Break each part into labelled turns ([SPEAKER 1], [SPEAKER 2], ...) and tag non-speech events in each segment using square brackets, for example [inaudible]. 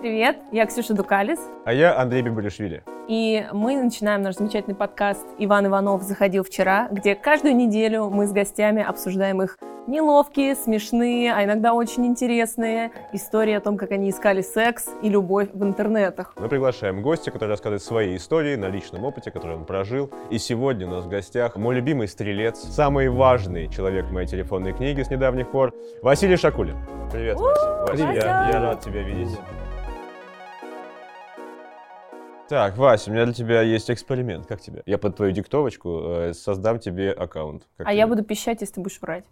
[SPEAKER 1] привет! Я Ксюша Дукалис,
[SPEAKER 2] А я Андрей Бибулишвили.
[SPEAKER 1] и мы начинаем наш замечательный подкаст «Иван Иванов заходил вчера», где каждую неделю мы с гостями обсуждаем их неловкие, смешные, а иногда очень интересные истории о том, как они искали секс и любовь в интернетах.
[SPEAKER 2] Мы приглашаем гостя, который рассказывает свои истории на личном опыте, который он прожил. И сегодня у нас в гостях мой любимый стрелец, самый важный человек моей телефонной книги с недавних пор, Василий Шакулин. Привет,
[SPEAKER 1] У,
[SPEAKER 2] Вася. Вася,
[SPEAKER 1] Вася!
[SPEAKER 2] Я, я рад тебя видеть. Так, Вася, у меня для тебя есть эксперимент. Как тебе? Я под твою диктовочку э, создам тебе аккаунт. Как
[SPEAKER 1] а
[SPEAKER 2] тебе?
[SPEAKER 1] я буду пищать, если ты будешь врать.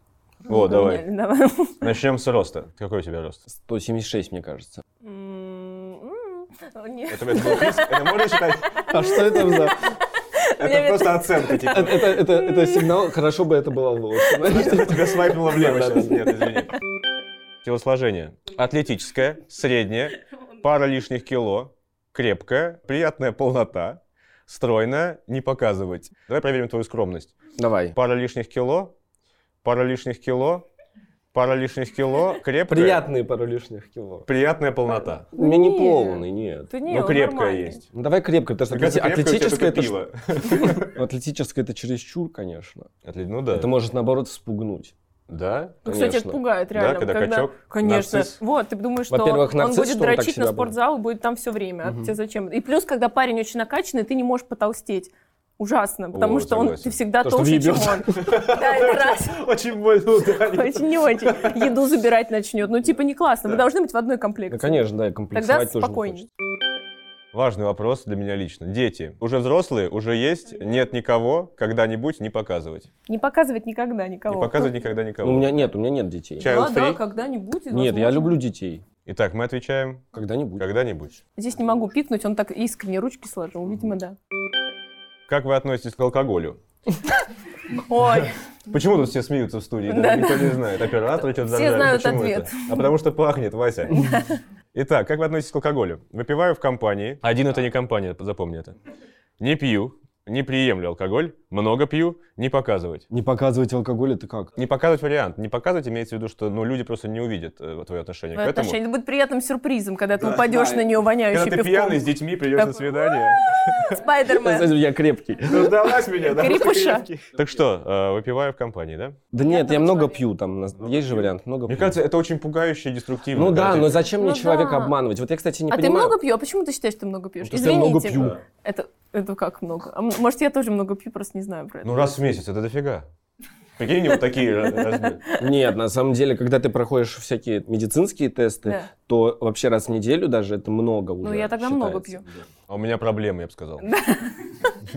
[SPEAKER 2] О, давай.
[SPEAKER 1] Поняли, давай.
[SPEAKER 2] Начнем с роста. Какой у тебя рост?
[SPEAKER 3] 176, мне кажется.
[SPEAKER 1] М, м, нет.
[SPEAKER 2] Это, это был писк? Это
[SPEAKER 1] [laughs]
[SPEAKER 2] можно считать?
[SPEAKER 3] А что это за...
[SPEAKER 1] меня
[SPEAKER 2] Это просто оценка, типа.
[SPEAKER 1] [laughs]
[SPEAKER 3] Это, это- это сигнал, хорошо бы это было лучше.
[SPEAKER 2] Тебя свайпнуло влево
[SPEAKER 3] Да,
[SPEAKER 2] сейчас.
[SPEAKER 3] да,
[SPEAKER 2] Нет, извини. Телосложение. Атлетическое, среднее, пара лишних кило, крепкая, приятная полнота, стройная, не показывать. Давай проверим твою скромность.
[SPEAKER 3] Давай.
[SPEAKER 2] Пара лишних кило, пара лишних кило, пара лишних кило, крепкая.
[SPEAKER 3] Приятные пару лишних кило.
[SPEAKER 2] Приятная полнота.
[SPEAKER 3] У меня не
[SPEAKER 1] Нет.
[SPEAKER 3] полный, нет.
[SPEAKER 1] Да не,
[SPEAKER 2] Но
[SPEAKER 1] он
[SPEAKER 2] крепкая
[SPEAKER 1] нормальный.
[SPEAKER 2] есть.
[SPEAKER 3] Ну, Давай крепко, потому что
[SPEAKER 2] Мне кажется,
[SPEAKER 3] атлети-
[SPEAKER 2] крепкая у тебя
[SPEAKER 3] атлетическое
[SPEAKER 2] только
[SPEAKER 3] это... ж-
[SPEAKER 2] пиво.
[SPEAKER 3] Атлетическое это чересчур, конечно.
[SPEAKER 2] Атле- Ну да.
[SPEAKER 3] Это может, наоборот, вспугнуть.
[SPEAKER 2] Да?
[SPEAKER 1] Ну, кстати, это
[SPEAKER 3] Конечно.
[SPEAKER 1] пугает реально.
[SPEAKER 2] Да, когда качок,
[SPEAKER 1] Конечно.
[SPEAKER 2] нарцисс.
[SPEAKER 1] Вот, ты думаешь, что
[SPEAKER 3] Во-первых,
[SPEAKER 1] он
[SPEAKER 3] нарцисс,
[SPEAKER 1] будет
[SPEAKER 3] что он так
[SPEAKER 1] дрочить
[SPEAKER 3] себя
[SPEAKER 1] на
[SPEAKER 3] будет.
[SPEAKER 1] спортзал, будет там все время. А
[SPEAKER 3] Мгм.
[SPEAKER 1] тебе зачем? И плюс, когда парень очень накачанный, ты не можешь потолстеть. Ужасно, потому
[SPEAKER 2] О,
[SPEAKER 1] что он,
[SPEAKER 2] согласен.
[SPEAKER 1] ты всегда
[SPEAKER 3] То, что
[SPEAKER 1] толще, чем он.
[SPEAKER 3] въебёт.
[SPEAKER 1] Да, это раз.
[SPEAKER 2] Очень больно ударил.
[SPEAKER 1] Очень не очень. Еду забирать начнет. Ну, типа, не классно. Вы
[SPEAKER 2] Да.
[SPEAKER 1] должны быть в одной
[SPEAKER 3] Ну,
[SPEAKER 1] комплекте.
[SPEAKER 3] конечно, да, и
[SPEAKER 1] Тогда
[SPEAKER 3] комплексовать тоже не
[SPEAKER 1] спокойнее.
[SPEAKER 3] хочется.
[SPEAKER 2] Важный вопрос для меня лично. Дети. Уже взрослые, уже есть, нет никого, когда-нибудь не показывать.
[SPEAKER 1] Не показывать никогда никого.
[SPEAKER 2] Не показывать никогда никого.
[SPEAKER 3] Ну, У меня нет, у меня нет детей.
[SPEAKER 2] Чай.
[SPEAKER 1] Да,
[SPEAKER 2] Child
[SPEAKER 1] да,
[SPEAKER 2] free.
[SPEAKER 1] когда-нибудь.
[SPEAKER 3] Нет, я
[SPEAKER 1] возможно.
[SPEAKER 3] люблю детей.
[SPEAKER 2] Итак, мы отвечаем
[SPEAKER 3] Когда-нибудь.
[SPEAKER 2] когда-нибудь.
[SPEAKER 1] Здесь не могу пикнуть, он так искренне ручки сложил, видимо, да.
[SPEAKER 2] Как вы относитесь к алкоголю?
[SPEAKER 1] Ой,
[SPEAKER 2] Почему тут все смеются в студии? да?
[SPEAKER 1] Да,
[SPEAKER 2] Никто не знает. Оператор что-то
[SPEAKER 1] Все
[SPEAKER 2] заржали.
[SPEAKER 1] знают
[SPEAKER 2] Почему
[SPEAKER 1] ответ.
[SPEAKER 2] это? А потому что пахнет, Вася. Итак, как вы относитесь к алкоголю? Выпиваю в компании. Один это не компания, запомни это. Не пью, не приемлю алкоголь, много пью, не показывать.
[SPEAKER 3] Не показывать алкоголь это как?
[SPEAKER 2] Не показывать вариант. Не показывать имеется в виду, что ну, люди просто не увидят э, твое отношение к
[SPEAKER 1] твоё
[SPEAKER 2] этому.
[SPEAKER 1] отношение. Это будет приятным сюрпризом, когда ты упадешь на нее
[SPEAKER 2] Когда
[SPEAKER 1] воняющий
[SPEAKER 2] ты пьяный с
[SPEAKER 1] пивком.
[SPEAKER 2] детьми придешь на
[SPEAKER 1] Такой,
[SPEAKER 2] свидание.
[SPEAKER 1] [laughs] Спайдермен.
[SPEAKER 3] [laughs] Я крепкий.
[SPEAKER 2] Дождалась меня, да?
[SPEAKER 1] Крепыша.
[SPEAKER 2] Так что, э, выпиваю в компании, да?
[SPEAKER 3] Да нет,
[SPEAKER 1] Приятного
[SPEAKER 3] я много
[SPEAKER 1] человека.
[SPEAKER 3] пью там. на- Есть же вариант, много
[SPEAKER 2] Мне
[SPEAKER 3] пью.
[SPEAKER 2] кажется, это очень пугающе и деструктивно.
[SPEAKER 3] Ну
[SPEAKER 2] когда
[SPEAKER 3] да,
[SPEAKER 2] ты-
[SPEAKER 3] но зачем мне
[SPEAKER 1] Ну
[SPEAKER 3] человека
[SPEAKER 1] да.
[SPEAKER 3] обманывать? Вот я, кстати, не
[SPEAKER 1] А ты
[SPEAKER 3] понимаю.
[SPEAKER 1] много пьешь? А почему ты считаешь, что ты много пьешь?
[SPEAKER 3] Потому что я много пью.
[SPEAKER 2] Да.
[SPEAKER 1] Это, это как много? А м- Может, я тоже много пью, просто не знаю про это.
[SPEAKER 2] Ну раз в месяц, это дофига. Прикинь, они вот [laughs] такие раз- разбили.
[SPEAKER 3] Нет, на самом деле, когда ты проходишь всякие медицинские тесты,
[SPEAKER 1] Да.
[SPEAKER 3] то вообще раз в неделю даже это много уже.
[SPEAKER 1] Ну, я тогда много
[SPEAKER 3] считается.
[SPEAKER 1] пью.
[SPEAKER 2] А у меня проблемы, я бы сказал.
[SPEAKER 3] У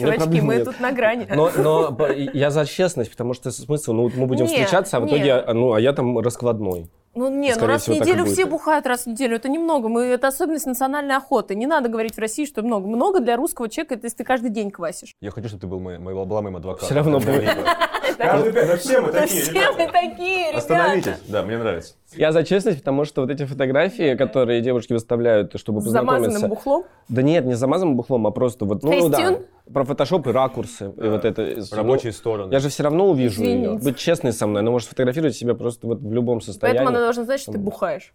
[SPEAKER 3] меня
[SPEAKER 1] Чувачки,
[SPEAKER 3] проблем
[SPEAKER 1] мы
[SPEAKER 3] Ну, нет.
[SPEAKER 1] тут на грани.
[SPEAKER 3] Но, но по- я за честность, потому что смысл, ну, вот мы будем
[SPEAKER 1] Не,
[SPEAKER 3] встречаться, а в
[SPEAKER 1] не.
[SPEAKER 3] итоге, а, ну, а я там раскладной.
[SPEAKER 1] Ну, не, ну
[SPEAKER 3] Скорее
[SPEAKER 1] раз в
[SPEAKER 3] всего, так и
[SPEAKER 1] неделю
[SPEAKER 3] будет.
[SPEAKER 1] все бухают раз в неделю, это немного. Мы, это особенность национальной охоты. Не надо говорить в России, что много. Много для русского человека, это если ты каждый день квасишь.
[SPEAKER 2] Я хочу, чтобы ты был моим, моим- была моим адвокатом.
[SPEAKER 3] Всё равно
[SPEAKER 2] Когда
[SPEAKER 3] будет.
[SPEAKER 2] они- Каждый пять, да все мы такие,
[SPEAKER 1] Ну, Все
[SPEAKER 2] ребята.
[SPEAKER 1] мы такие, ребята.
[SPEAKER 2] Остановитесь. Да, мне нравится.
[SPEAKER 3] Я за честность, потому что вот эти фотографии, которые девушки выставляют, чтобы
[SPEAKER 1] С замазанным
[SPEAKER 3] познакомиться.
[SPEAKER 1] бухлом.
[SPEAKER 3] Да нет, не замазанным бухлом, а просто вот, ну, ну да.
[SPEAKER 1] Фейстюн?
[SPEAKER 3] Про фотошоп и ракурсы, и вот это.
[SPEAKER 2] Рабочие стороны.
[SPEAKER 3] Я же все равно увижу ее.
[SPEAKER 1] Извините.
[SPEAKER 3] Быть честной со мной, она может фотографировать себя просто вот в любом состоянии.
[SPEAKER 1] Поэтому она должна знать, что ты бухаешь.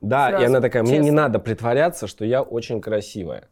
[SPEAKER 3] Да,
[SPEAKER 1] Сразу,
[SPEAKER 3] и она такая, мне не
[SPEAKER 1] честно.
[SPEAKER 3] надо притворяться, что я очень красивая,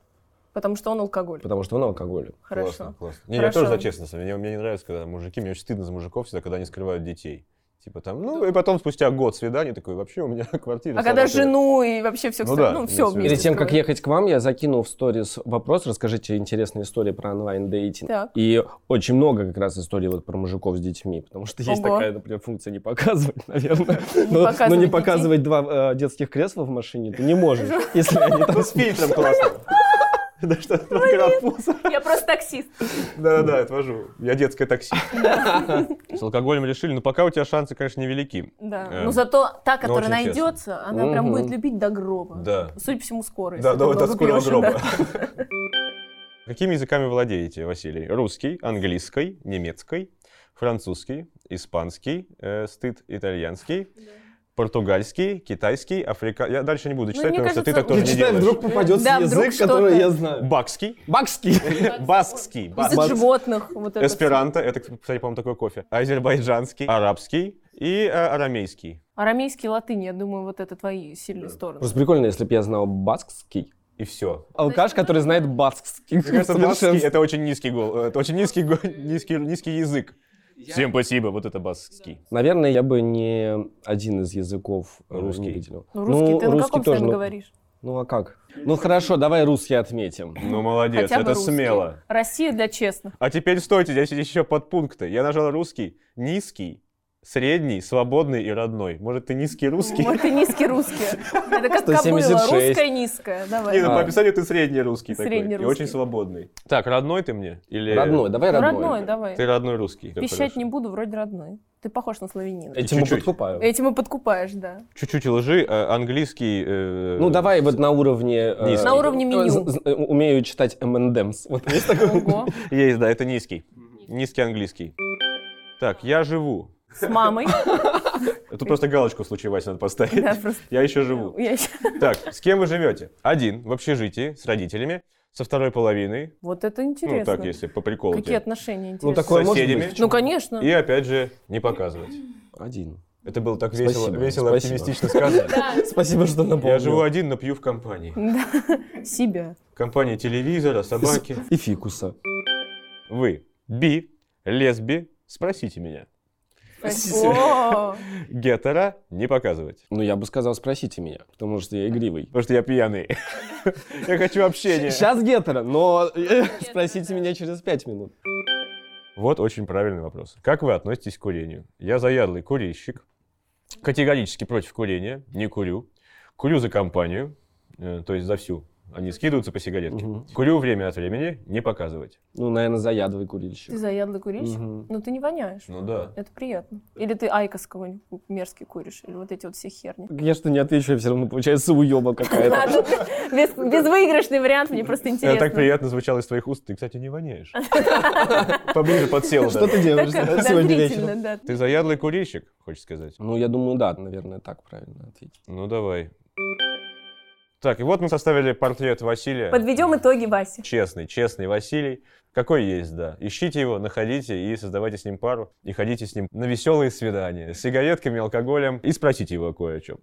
[SPEAKER 1] Потому что он алкоголь.
[SPEAKER 3] потому что он алкоголик.
[SPEAKER 1] Хорошо.
[SPEAKER 2] Классно, классно. Не,
[SPEAKER 1] Хорошо.
[SPEAKER 2] я тоже за честность. Мне, мне не нравится, когда мужики, мне очень стыдно за мужиков всегда, когда они скрывают детей. Типа там, ну и потом спустя год свиданий такой, вообще у меня [laughs] квартира.
[SPEAKER 1] А когда
[SPEAKER 2] саратове».
[SPEAKER 1] жену и вообще все,
[SPEAKER 2] Ну
[SPEAKER 1] кстати,
[SPEAKER 2] да,
[SPEAKER 1] ну
[SPEAKER 2] мне
[SPEAKER 1] все.
[SPEAKER 2] связано.
[SPEAKER 3] Перед
[SPEAKER 2] Вместе
[SPEAKER 3] тем, как ехать к вам, я закинул в сторис вопрос, расскажите интересные истории про онлайн-дейтинг.
[SPEAKER 1] Так.
[SPEAKER 3] И очень много как раз историй вот про мужиков с детьми, потому что есть
[SPEAKER 1] Ого.
[SPEAKER 3] такая, например, функция не показывать, наверное.
[SPEAKER 1] [laughs] Не
[SPEAKER 3] Но,
[SPEAKER 1] показывать
[SPEAKER 3] но не
[SPEAKER 1] детей.
[SPEAKER 3] показывать два э, детских кресла в машине ты
[SPEAKER 1] [laughs]
[SPEAKER 3] не можешь, если они там...
[SPEAKER 2] Ну, с фильтром классно. [laughs] Да что,
[SPEAKER 1] Я просто таксист.
[SPEAKER 2] Да-да-да, отвожу. Я детское такси.
[SPEAKER 1] [laughs]
[SPEAKER 2] С алкоголем решили, но пока у тебя шансы, конечно, невелики.
[SPEAKER 1] Да.
[SPEAKER 2] Эм,
[SPEAKER 1] Но зато та,
[SPEAKER 2] ну,
[SPEAKER 1] которая
[SPEAKER 2] очень честно.
[SPEAKER 1] найдется, она прям
[SPEAKER 3] Мгм.
[SPEAKER 1] будет любить до гроба.
[SPEAKER 2] Да.
[SPEAKER 1] Судя по всему, скорость.
[SPEAKER 2] Да, да, вот от скорого
[SPEAKER 1] [laughs]
[SPEAKER 2] гроба. Какими языками владеете, Василий? Русский, английский, немецкий, французский, испанский, э, стыд, итальянский, португальский, китайский, африка... Я дальше не буду читать,
[SPEAKER 1] мне
[SPEAKER 2] потому что ты
[SPEAKER 1] кажется,
[SPEAKER 2] так тоже
[SPEAKER 1] Я
[SPEAKER 2] не
[SPEAKER 3] Читай,
[SPEAKER 2] делаешь.
[SPEAKER 3] вдруг попадется
[SPEAKER 1] Да, вдруг
[SPEAKER 3] язык, который
[SPEAKER 1] что-то.
[SPEAKER 3] я знаю.
[SPEAKER 2] Бакский,
[SPEAKER 3] Бакский.
[SPEAKER 2] баскский, бас-
[SPEAKER 1] Из животных. Вот это всё.
[SPEAKER 2] Эсперанто, это, кстати, по-моему, такой кофе. Азербайджанский, арабский, и э, арамейский.
[SPEAKER 1] Арамейский, латынь, я думаю, вот это твои
[SPEAKER 2] Э,
[SPEAKER 1] сильные стороны.
[SPEAKER 3] Просто прикольно, если бы я знал баскский.
[SPEAKER 2] И все.
[SPEAKER 3] Алкаш, который знает баскский.
[SPEAKER 2] Мне кажется,
[SPEAKER 3] В
[SPEAKER 2] баскский
[SPEAKER 3] совершенстве.
[SPEAKER 2] это очень низкий гол, э, это очень низкий, го- низкий, низкий язык. Всем спасибо, вот это баскский.
[SPEAKER 3] Наверное, я бы не один из языков э,
[SPEAKER 2] Русский.
[SPEAKER 3] не выделил.
[SPEAKER 1] Ну, русский, ты на
[SPEAKER 3] русский
[SPEAKER 1] каком
[SPEAKER 3] тоже,
[SPEAKER 1] сами
[SPEAKER 3] ну,
[SPEAKER 1] говоришь?
[SPEAKER 3] Ну а как? Ну хорошо, давай русский отметим.
[SPEAKER 2] Ну молодец,
[SPEAKER 1] Хотя бы
[SPEAKER 2] это
[SPEAKER 1] русский.
[SPEAKER 2] смело.
[SPEAKER 1] Россия для честных.
[SPEAKER 2] А теперь стойте, здесь есть еще подпункты. Я нажал русский, низкий, средний, свободный и родной. Может, ты низкий русский? [laughs]
[SPEAKER 1] Вот ты низкий русский. Это как
[SPEAKER 3] 176.
[SPEAKER 1] кобыла, русская низкая.
[SPEAKER 2] Не, ну
[SPEAKER 1] Давай.
[SPEAKER 2] по описанию ты средний русский такой.
[SPEAKER 1] Средний
[SPEAKER 2] И
[SPEAKER 1] русский.
[SPEAKER 2] очень свободный. Так, родной ты мне? Или...
[SPEAKER 3] Родной, давай
[SPEAKER 1] Ну,
[SPEAKER 3] родной.
[SPEAKER 1] Родной, давай.
[SPEAKER 2] Ты родной русский.
[SPEAKER 1] Пищать не буду, вроде родной. Ты похож на славянина.
[SPEAKER 3] Этим и
[SPEAKER 2] Чуть-чуть.
[SPEAKER 3] подкупаю.
[SPEAKER 1] Этим и подкупаешь, да.
[SPEAKER 2] Чуть-чуть лжи, э, английский... э,
[SPEAKER 3] Ну давай вот на уровне... э,
[SPEAKER 2] Низкий. На
[SPEAKER 1] уровне
[SPEAKER 3] э,
[SPEAKER 1] меню.
[SPEAKER 3] з- з- э, Умею читать M&M's. Вот есть такое?
[SPEAKER 1] Ого.
[SPEAKER 2] Есть, да, это низкий. Низкий английский. Так, я живу.
[SPEAKER 1] С
[SPEAKER 2] [laughs]
[SPEAKER 1] мамой.
[SPEAKER 2] Тут просто галочку в случае Вася надо поставить.
[SPEAKER 1] Да, просто.
[SPEAKER 2] Я еще живу.
[SPEAKER 1] Я щас-
[SPEAKER 2] Так, с кем вы живете? Один, в общежитии, с родителями, со второй половиной.
[SPEAKER 1] Вот это
[SPEAKER 2] Ну
[SPEAKER 1] интересно.
[SPEAKER 2] так, если по приколу.
[SPEAKER 1] Какие
[SPEAKER 2] тебе.
[SPEAKER 1] отношения интересно.
[SPEAKER 3] Ну такое может
[SPEAKER 2] соседями.
[SPEAKER 3] быть.
[SPEAKER 1] Ну, конечно.
[SPEAKER 2] И опять же, не показывать.
[SPEAKER 3] Один.
[SPEAKER 2] Это было так весело,
[SPEAKER 3] Спасибо,
[SPEAKER 2] весело
[SPEAKER 3] спасибо.
[SPEAKER 2] оптимистично сказано.
[SPEAKER 3] [laughs] Спасибо, что напомнил.
[SPEAKER 2] Я живу один, но пью в компании.
[SPEAKER 1] Да. Себя.
[SPEAKER 2] В компании телевизора, собаки.
[SPEAKER 3] И фикуса.
[SPEAKER 2] Вы би, лесби, спросите меня.
[SPEAKER 3] Спасибо.
[SPEAKER 2] [laughs]
[SPEAKER 1] О,
[SPEAKER 2] Гетера не показывать.
[SPEAKER 3] Ну, я бы сказал, спросите меня, потому что я игривый.
[SPEAKER 2] Потому что я пьяный. [laughs] Я хочу общения.
[SPEAKER 3] Сейчас гетеро, но э, спросите меня через пять минут.
[SPEAKER 2] Вот очень правильный вопрос. Как вы относитесь к курению? Я заядлый курильщик, категорически против курения, не курю. Курю за компанию, э, то есть за всю. Они скидываются по сигаретке.
[SPEAKER 3] Мгм.
[SPEAKER 2] Курю время от времени, не показывать.
[SPEAKER 3] Ну, наверное, заядлый
[SPEAKER 1] Ты
[SPEAKER 3] курильщик.
[SPEAKER 1] заядлый курильщик?
[SPEAKER 3] Мгм.
[SPEAKER 1] Ну, ты не воняешь.
[SPEAKER 2] Ну да.
[SPEAKER 1] Это приятно. Или ты Айкос какой-нибудь мерзкий куришь, или вот эти вот все
[SPEAKER 2] [laughs]
[SPEAKER 1] херни.
[SPEAKER 3] Я что не отвечу, я все равно получается уеба какая-то.
[SPEAKER 1] Без, безвыигрышный вариант, мне просто
[SPEAKER 2] Э,
[SPEAKER 1] интересно.
[SPEAKER 2] Так приятно звучало из твоих уст. Ты, кстати, не воняешь. Поближе подсел.
[SPEAKER 3] Ну, Что
[SPEAKER 2] да.
[SPEAKER 3] ты делаешь
[SPEAKER 1] Так
[SPEAKER 3] [laughs] сегодня
[SPEAKER 1] подозрительно,
[SPEAKER 3] вечером?
[SPEAKER 1] да.
[SPEAKER 2] Ты заядлый курильщик, хочешь сказать?
[SPEAKER 3] Ну, я думаю, да, наверное, так правильно ответить.
[SPEAKER 2] Ну давай. Так, и вот мы составили портрет Василия.
[SPEAKER 1] Подведем итоги, Вася.
[SPEAKER 2] Честный, честный Василий. Какой есть, да. Ищите его, находите и создавайте с ним пару. И ходите с ним на веселые свидания с сигаретками, алкоголем. И спросите его кое о чем.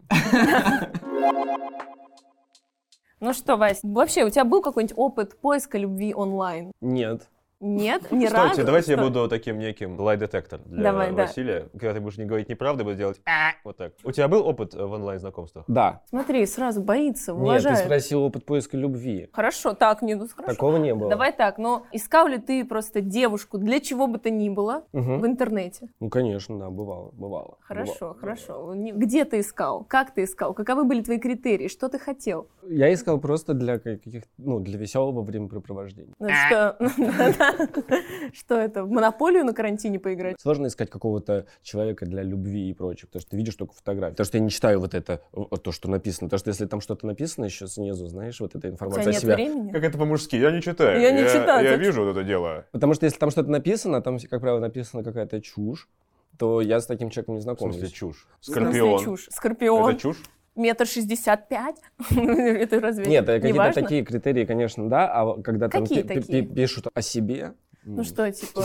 [SPEAKER 1] Ну что, Вась, вообще у тебя был какой-нибудь опыт поиска любви онлайн?
[SPEAKER 3] Нет.
[SPEAKER 1] Нет, ни разу.
[SPEAKER 2] Стойте, давайте я
[SPEAKER 1] Что?
[SPEAKER 2] буду таким неким лай-детектор для
[SPEAKER 1] Давай, да.
[SPEAKER 2] Василия. Когда ты будешь не говорить неправду, буду делать «А». вот так. У тебя был опыт э, в онлайн-знакомствах?
[SPEAKER 3] Да.
[SPEAKER 1] Смотри, сразу боится,
[SPEAKER 3] Нет, ты
[SPEAKER 1] уважает.
[SPEAKER 3] спросил опыт поиска любви.
[SPEAKER 1] Хорошо, так, не, ну хорошо.
[SPEAKER 3] Такого не было.
[SPEAKER 1] Давай так, но искал ли ты просто девушку для чего бы то ни было
[SPEAKER 3] Мгм.
[SPEAKER 1] в интернете?
[SPEAKER 3] Ну, конечно, да, бывало, бывало.
[SPEAKER 1] Хорошо,
[SPEAKER 3] бывало.
[SPEAKER 1] хорошо. Не- Где ты искал? Как ты искал? Каковы были твои критерии? Что ты хотел?
[SPEAKER 3] Я искал просто для каких ну, для веселого времяпрепровождения.
[SPEAKER 1] Ну, что, [laughs] что это, в монополию на карантине поиграть?
[SPEAKER 3] Сложно искать какого-то человека для любви и прочего, потому что ты видишь только фотографии. Потому что я не читаю вот это, вот то, что написано. Потому что если там что-то написано еще снизу, знаешь, вот эта
[SPEAKER 1] У
[SPEAKER 3] информация
[SPEAKER 1] тебя
[SPEAKER 3] о
[SPEAKER 1] нет
[SPEAKER 3] себе.
[SPEAKER 1] времени?
[SPEAKER 2] Как это по-мужски? Я не читаю.
[SPEAKER 1] Я не читаю,
[SPEAKER 2] Я
[SPEAKER 1] так
[SPEAKER 2] вижу вот это дело.
[SPEAKER 3] Потому что если там что-то написано, а там, как правило, написана какая-то чушь, то я с таким человеком не
[SPEAKER 2] В смысле
[SPEAKER 3] знакомлюсь.
[SPEAKER 2] чушь?
[SPEAKER 1] В смысле
[SPEAKER 2] Скорпион.
[SPEAKER 1] чушь? Скорпион.
[SPEAKER 2] Это
[SPEAKER 1] [laughs]
[SPEAKER 2] чушь?
[SPEAKER 1] Метр шестьдесят пять? [laughs] Это разве
[SPEAKER 3] Нет, э,
[SPEAKER 1] не
[SPEAKER 3] какие-то
[SPEAKER 1] важно?
[SPEAKER 3] такие критерии, конечно, да, а вот когда там
[SPEAKER 1] Какие
[SPEAKER 3] пи- пи-
[SPEAKER 1] такие?
[SPEAKER 3] пи- пишут о себе...
[SPEAKER 1] Ну
[SPEAKER 3] м,
[SPEAKER 1] что, типа...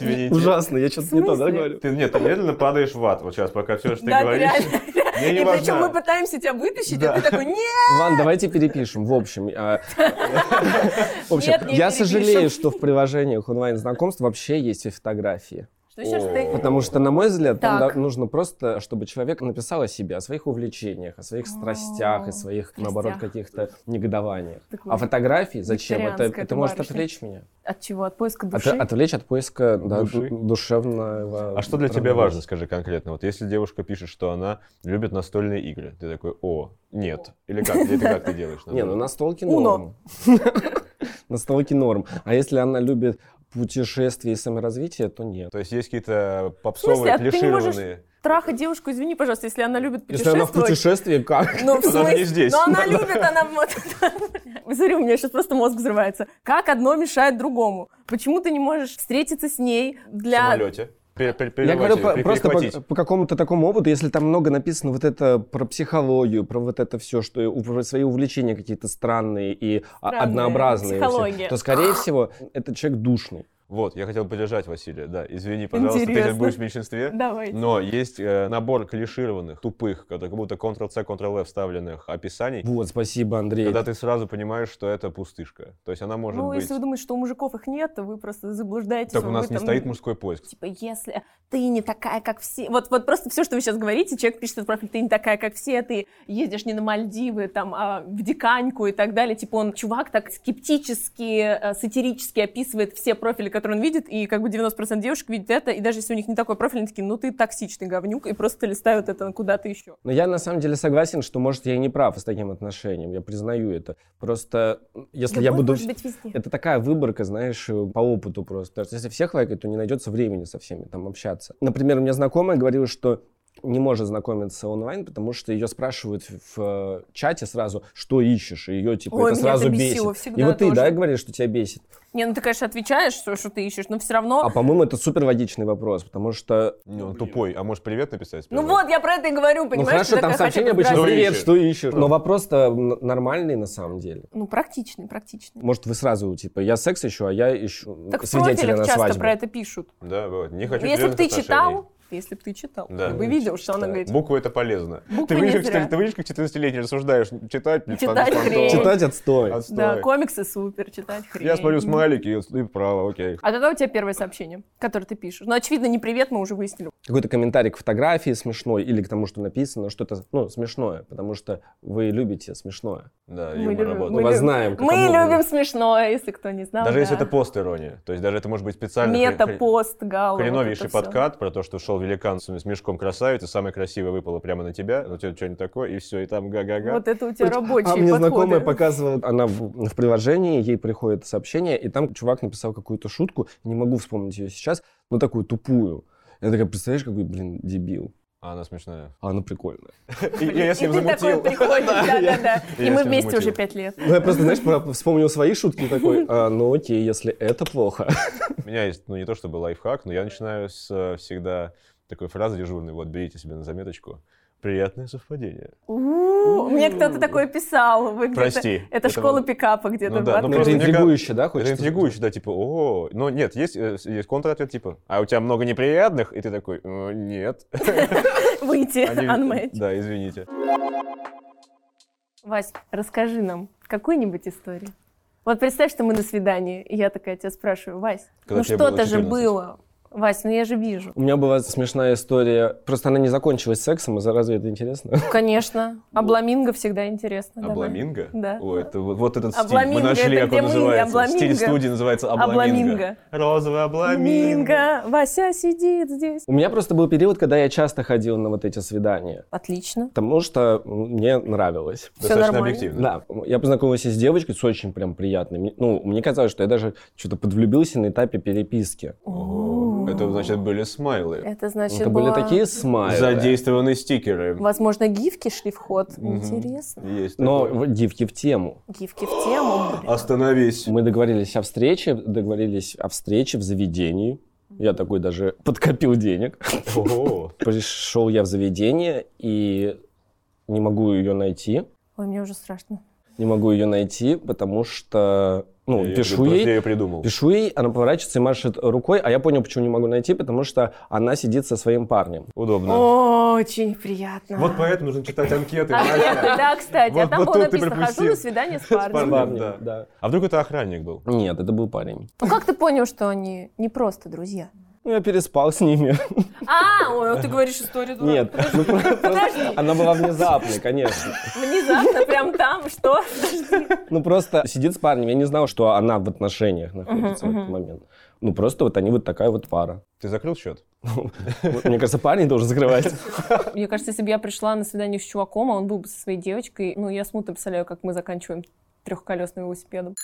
[SPEAKER 2] Извините.
[SPEAKER 3] [laughs] Ужасно, я что-то не то, да,
[SPEAKER 1] смысле?
[SPEAKER 3] говорю?
[SPEAKER 2] Ты, нет, ты медленно падаешь в ад вот сейчас, пока все, что ты
[SPEAKER 1] Да,
[SPEAKER 2] говоришь.
[SPEAKER 1] реально.
[SPEAKER 2] Мне не
[SPEAKER 1] И причем
[SPEAKER 2] важно.
[SPEAKER 1] мы пытаемся тебя вытащить,
[SPEAKER 2] Да.
[SPEAKER 1] а ты такой, нет!
[SPEAKER 3] Ван, давайте перепишем. В общем, а, [laughs] в общем,
[SPEAKER 1] Нет, не перепишем.
[SPEAKER 3] я сожалею, что в приложениях онлайн-знакомств вообще есть и фотографии.
[SPEAKER 1] Что еще
[SPEAKER 2] О.
[SPEAKER 1] ты...
[SPEAKER 3] Потому что, на мой взгляд, там
[SPEAKER 1] Так.
[SPEAKER 3] да- нужно просто, чтобы человек написал о себе, о своих увлечениях, о своих страстях,
[SPEAKER 1] О,
[SPEAKER 3] о своих,
[SPEAKER 1] страстях.
[SPEAKER 3] наоборот, каких-то негодованиях.
[SPEAKER 1] Такое
[SPEAKER 3] А фотографии зачем? Это,
[SPEAKER 1] викторианское
[SPEAKER 3] это может
[SPEAKER 1] барышня.
[SPEAKER 3] отвлечь меня.
[SPEAKER 1] От чего? От поиска
[SPEAKER 2] А
[SPEAKER 3] От-
[SPEAKER 1] души?
[SPEAKER 3] отвлечь от поиска да,
[SPEAKER 2] Души.
[SPEAKER 3] ду- душевного...
[SPEAKER 2] А что для тебя
[SPEAKER 3] равновесия.
[SPEAKER 2] важно, скажи конкретно? Вот если девушка пишет, что она любит настольные игры, ты такой, о, нет. Или как? Это как ты делаешь?
[SPEAKER 3] Не, ну настолки
[SPEAKER 1] Уно.
[SPEAKER 3] норм. [laughs] Настолки норм. А если она любит путешествия и саморазвитие, то нет.
[SPEAKER 2] То есть есть какие-то
[SPEAKER 1] В смысле?
[SPEAKER 2] попсовые,
[SPEAKER 1] А ты не можешь
[SPEAKER 2] клишированные...
[SPEAKER 1] Трахать девушку, извини, пожалуйста, если она любит
[SPEAKER 3] Если она в
[SPEAKER 1] путешествовать.
[SPEAKER 3] путешествии, как?
[SPEAKER 1] Ну, в
[SPEAKER 2] [laughs] Она же
[SPEAKER 1] смысле?
[SPEAKER 2] не здесь.
[SPEAKER 1] Но она любит, она... вот- [laughs] Вы Смотри, у меня сейчас просто мозг взрывается. Как одно мешает другому? Почему ты не можешь встретиться с ней
[SPEAKER 2] В
[SPEAKER 1] для...
[SPEAKER 2] самолете. Пер- пер-
[SPEAKER 3] Я говорю
[SPEAKER 2] перехватить,
[SPEAKER 3] по-
[SPEAKER 2] пер-
[SPEAKER 3] просто по,
[SPEAKER 2] перехватить.
[SPEAKER 3] по какому-то такому опыту, если там много написано вот это про психологию, про вот это все, что и у- про свои увлечения какие-то странные и а,
[SPEAKER 1] Странные.
[SPEAKER 3] однообразные, все,
[SPEAKER 1] Психология.
[SPEAKER 3] то скорее всего это человек душный.
[SPEAKER 2] Вот, я хотел поддержать Василия, да.
[SPEAKER 1] [laughs]
[SPEAKER 2] Извини, пожалуйста, ты
[SPEAKER 1] Интересно.
[SPEAKER 2] здесь будешь в меньшинстве.
[SPEAKER 1] Давайте.
[SPEAKER 2] Но есть э, набор клишированных, тупых, как будто Ctrl-C, Ctrl-V вставленных описаний,
[SPEAKER 3] Вот, спасибо, Андрей.
[SPEAKER 2] когда ты сразу понимаешь, что это пустышка. То есть она может
[SPEAKER 1] ну,
[SPEAKER 2] быть...
[SPEAKER 1] если вы думаете, что у мужиков их нет, то вы просто заблуждаетесь.
[SPEAKER 2] Так у
[SPEAKER 1] вы
[SPEAKER 2] нас не
[SPEAKER 1] там-
[SPEAKER 2] стоит мужской поиск.
[SPEAKER 1] Типа, если ты не такая, как все... Вот, вот просто все, что вы сейчас говорите, человек пишет в профиль, ты не такая, как все, ты ездишь не на Мальдивы, там, а в Диканьку и так далее. Типа он, чувак, так скептически, э, сатирически описывает все профили, которые он видит, и как бы 90% девушек видит это, и даже если у них не такой профиль, они такие, ну ты токсичный говнюк, и просто листают это куда-то еще.
[SPEAKER 3] Но я на самом деле согласен, что, может, я и не прав с таким отношением. Я признаю это. Просто, м, если я
[SPEAKER 1] Любовь
[SPEAKER 3] буду...
[SPEAKER 1] может быть везде.
[SPEAKER 3] Это такая выборка, знаешь, э, по опыту просто. Потому что если всех лайкать, то не найдется времени со всеми там общаться. Например, у меня знакомая говорила, что не может знакомиться онлайн, потому что ее спрашивают в э, чате сразу, что ищешь, и ее типа
[SPEAKER 1] Ой,
[SPEAKER 3] это
[SPEAKER 1] меня
[SPEAKER 3] сразу
[SPEAKER 1] это
[SPEAKER 3] бесит.
[SPEAKER 1] бесило
[SPEAKER 3] И
[SPEAKER 1] всегда
[SPEAKER 3] вот ты,
[SPEAKER 1] тоже.
[SPEAKER 3] да, говоришь, что тебя бесит.
[SPEAKER 1] Не, ну ты, конечно, отвечаешь, что, что ты ищешь, но все равно...
[SPEAKER 3] А по-моему, это супер логичный вопрос, потому что
[SPEAKER 2] Не, он тупой. А может, привет написать?
[SPEAKER 1] Ну
[SPEAKER 2] сперва?
[SPEAKER 1] вот, я про это и говорю, понимаешь?
[SPEAKER 3] ну
[SPEAKER 1] Ты
[SPEAKER 3] хорошо, там
[SPEAKER 1] такая,
[SPEAKER 3] сообщение
[SPEAKER 1] хотя бы
[SPEAKER 3] обычно
[SPEAKER 2] здравствуй.
[SPEAKER 3] «Привет,
[SPEAKER 2] Что
[SPEAKER 3] что ищешь?». Но вопрос-то н- нормальный на самом деле.
[SPEAKER 1] Ну, практичный, практичный.
[SPEAKER 3] Может, вы сразу, типа, я секс ищу, а я ищу
[SPEAKER 1] Так в
[SPEAKER 3] свидетеля
[SPEAKER 1] профилях
[SPEAKER 3] на
[SPEAKER 1] часто
[SPEAKER 3] свадьбу.
[SPEAKER 1] про это пишут.
[SPEAKER 2] Да, бывает. Не хочу
[SPEAKER 1] Ну, если бы ты
[SPEAKER 2] серьезных отношений.
[SPEAKER 1] читал, если бы ты читал,
[SPEAKER 2] Да.
[SPEAKER 1] ты бы видел, что она
[SPEAKER 3] Читаю.
[SPEAKER 1] говорит.
[SPEAKER 2] Буквы это полезно.
[SPEAKER 1] Буквы
[SPEAKER 2] ты,
[SPEAKER 1] не
[SPEAKER 2] видишь, как,
[SPEAKER 1] зря.
[SPEAKER 2] четыр- ты видишь, как 14-летний рассуждаешь, читать мне
[SPEAKER 1] Читать
[SPEAKER 2] Фантом,
[SPEAKER 1] хрень.
[SPEAKER 2] Фантом.
[SPEAKER 3] Читать отстой.
[SPEAKER 2] Отстой.
[SPEAKER 1] Да, комиксы супер, читать хрень.
[SPEAKER 2] Я смотрю смайлики, и- и право, окей.
[SPEAKER 1] А тогда у тебя первое сообщение, которое ты пишешь. Ну, очевидно, не привет, мы уже выяснили.
[SPEAKER 3] Какой-то комментарий к фотографии смешной или к тому, что написано, что-то, ну, смешное, потому что вы любите смешное.
[SPEAKER 2] Да,
[SPEAKER 1] Мы
[SPEAKER 2] юмор
[SPEAKER 1] любим-
[SPEAKER 2] работает.
[SPEAKER 3] Мы,
[SPEAKER 1] Мы
[SPEAKER 3] вас
[SPEAKER 1] люб-
[SPEAKER 3] знаем. как
[SPEAKER 1] Мы
[SPEAKER 3] оно выглядит.
[SPEAKER 1] любим смешное, если кто не знал.
[SPEAKER 2] Даже если
[SPEAKER 1] да.
[SPEAKER 2] это пост-ирония. То есть даже это может быть специально... хре- хре-
[SPEAKER 1] Мета-пост, гал. вот это
[SPEAKER 2] Хреновейший
[SPEAKER 1] всё.
[SPEAKER 2] подкат про то, что шел великан с с мешком красавицы, самое красивое выпало прямо на тебя, но тебе что-нибудь такое, и все, и там га-га-га.
[SPEAKER 1] Вот это у тебя рабочие
[SPEAKER 3] А мне знакомая
[SPEAKER 1] подходы.
[SPEAKER 3] показывала, она в, в приложении, ей приходит сообщение, и там чувак написал какую-то шутку, не могу вспомнить ее сейчас, но такую тупую. Я такая, представляешь, какой, блин, дебил.
[SPEAKER 2] А
[SPEAKER 1] [laughs]
[SPEAKER 2] она смешная.
[SPEAKER 3] А она прикольная.
[SPEAKER 2] И я я с
[SPEAKER 1] И
[SPEAKER 2] ним
[SPEAKER 1] ты такой
[SPEAKER 2] замутил. [laughs]
[SPEAKER 1] приходишь, да-да-да.
[SPEAKER 2] я
[SPEAKER 1] И
[SPEAKER 2] с
[SPEAKER 1] мы
[SPEAKER 2] ним
[SPEAKER 1] вместе уже
[SPEAKER 2] замутил.
[SPEAKER 1] пять лет.
[SPEAKER 3] Ну, я просто, знаешь, про- вспомнил свои шутки и такой, «А, ну окей, если это плохо.
[SPEAKER 2] У меня есть, ну не то чтобы лайфхак, но я начинаю с э, всегда такой фразы дежурной, вот, берите себе на заметочку. Приятное совпадение.
[SPEAKER 1] У-у-у, Мне кто-то такое писал. Вы где-то-
[SPEAKER 2] Прости.
[SPEAKER 1] Это школа пикапа где-то.
[SPEAKER 2] Ну да,
[SPEAKER 1] была.
[SPEAKER 2] ну
[SPEAKER 3] Ну,
[SPEAKER 2] просто
[SPEAKER 3] это
[SPEAKER 2] мне
[SPEAKER 3] интригующе, да?
[SPEAKER 2] Это
[SPEAKER 3] хочется
[SPEAKER 2] интригующе, да, типа, о, но нет, есть, э, с- есть контратвет, типа, а у тебя много неприятных? И ты такой, «Э,
[SPEAKER 1] [laughs]
[SPEAKER 2] нет.
[SPEAKER 1] Выйти, [laughs]
[SPEAKER 2] Они-
[SPEAKER 1] unmatch.
[SPEAKER 2] Да, извините.
[SPEAKER 1] Вась, расскажи нам какую-нибудь историю. Вот представь, что мы на свидании, и я такая тебя спрашиваю, Вась,
[SPEAKER 2] Когда
[SPEAKER 1] ну
[SPEAKER 2] тебе
[SPEAKER 1] что-то
[SPEAKER 2] было
[SPEAKER 1] же
[SPEAKER 2] 14.
[SPEAKER 1] было. Вась, ну я же
[SPEAKER 2] [laughs]
[SPEAKER 1] вижу.
[SPEAKER 3] У меня была смешная история. Просто она не закончилась сексом, и зараза это интересно.
[SPEAKER 1] Конечно, обламинго всегда интересно. давай.
[SPEAKER 2] Обламинго?
[SPEAKER 1] Да.
[SPEAKER 2] О, это вот, вот этот стиль. Мы
[SPEAKER 1] Обламинго,
[SPEAKER 2] нашли,
[SPEAKER 1] это
[SPEAKER 2] как
[SPEAKER 1] где
[SPEAKER 2] он
[SPEAKER 1] мы,
[SPEAKER 2] называется.
[SPEAKER 1] обламинго.
[SPEAKER 2] Стиль студии называется обламинго.
[SPEAKER 1] Обламинго.
[SPEAKER 2] Розовый обламинго.
[SPEAKER 1] Обламинго, Вася сидит здесь.
[SPEAKER 3] У меня просто был период, когда я часто ходил на вот эти свидания.
[SPEAKER 1] Отлично.
[SPEAKER 3] Потому что мне нравилось.
[SPEAKER 1] Всё
[SPEAKER 2] Достаточно
[SPEAKER 1] нормально.
[SPEAKER 2] объективно.
[SPEAKER 3] Да, я познакомился с девочкой, с очень прям приятной. Мне- Ну, мне казалось, что я даже что-то подвлюбился на этапе переписки.
[SPEAKER 2] Ого. Это, значит, были смайлы.
[SPEAKER 1] Это значит
[SPEAKER 3] это были
[SPEAKER 1] была-
[SPEAKER 3] такие смайлы.
[SPEAKER 2] Задействованы стикеры.
[SPEAKER 1] Возможно, гифки шли в ход. Интересно.
[SPEAKER 2] Есть
[SPEAKER 3] Но
[SPEAKER 2] такое.
[SPEAKER 3] в- гифки в тему.
[SPEAKER 1] Гифки в тему.
[SPEAKER 2] А
[SPEAKER 1] блин.
[SPEAKER 2] Остановись.
[SPEAKER 3] Мы договорились о встрече, договорились о встрече в заведении. Я такой даже подкопил денег.
[SPEAKER 2] Ого.
[SPEAKER 3] Пришел я в заведение и не могу ее найти.
[SPEAKER 1] Ой, мне уже страшно.
[SPEAKER 3] Не могу ее найти, потому что... Ну,
[SPEAKER 2] Я
[SPEAKER 3] пишу
[SPEAKER 2] говорю,
[SPEAKER 3] ей,
[SPEAKER 2] Я ее придумал.
[SPEAKER 3] Пишу ей, она поворачивается и машет рукой, а я понял, почему не могу найти, потому что она сидит со своим парнем.
[SPEAKER 2] Удобно.
[SPEAKER 1] Очень приятно.
[SPEAKER 2] Вот поэтому нужно читать анкеты.
[SPEAKER 1] А, нет,
[SPEAKER 2] Настя.
[SPEAKER 1] да, кстати. А
[SPEAKER 2] Вот-
[SPEAKER 1] там
[SPEAKER 2] вот
[SPEAKER 1] было
[SPEAKER 2] тут ты
[SPEAKER 1] написано «Хожу
[SPEAKER 2] пропустил.
[SPEAKER 1] на свидание с
[SPEAKER 2] парнем.
[SPEAKER 1] парнем».
[SPEAKER 2] Парнем, да.
[SPEAKER 3] да.
[SPEAKER 2] А вдруг это охранник был?
[SPEAKER 3] Нет, это был парень.
[SPEAKER 1] Ну как ты понял, что они не просто друзья?
[SPEAKER 3] Ну, я переспал
[SPEAKER 1] [laughs]
[SPEAKER 3] с ними.
[SPEAKER 1] А, ой, вот ты говоришь историю дурака.
[SPEAKER 3] Нет, ну, просто она была внезапной, конечно.
[SPEAKER 1] Внезапно, прям там, что?
[SPEAKER 3] Ну, просто сидит с парнем, я не знал, что она в отношениях находится в
[SPEAKER 1] Мгм,
[SPEAKER 3] этот
[SPEAKER 1] мгм.
[SPEAKER 3] момент. Ну, просто вот они вот такая вот пара.
[SPEAKER 2] Ты закрыл счет?
[SPEAKER 3] Вот, Мне кажется, парень
[SPEAKER 1] [laughs]
[SPEAKER 3] должен закрывать.
[SPEAKER 1] Мне кажется, если бы я пришла на свидание с чуваком, а он был бы со своей девочкой, ну, я смутно представляю, как мы заканчиваем трехколесным велосипедом.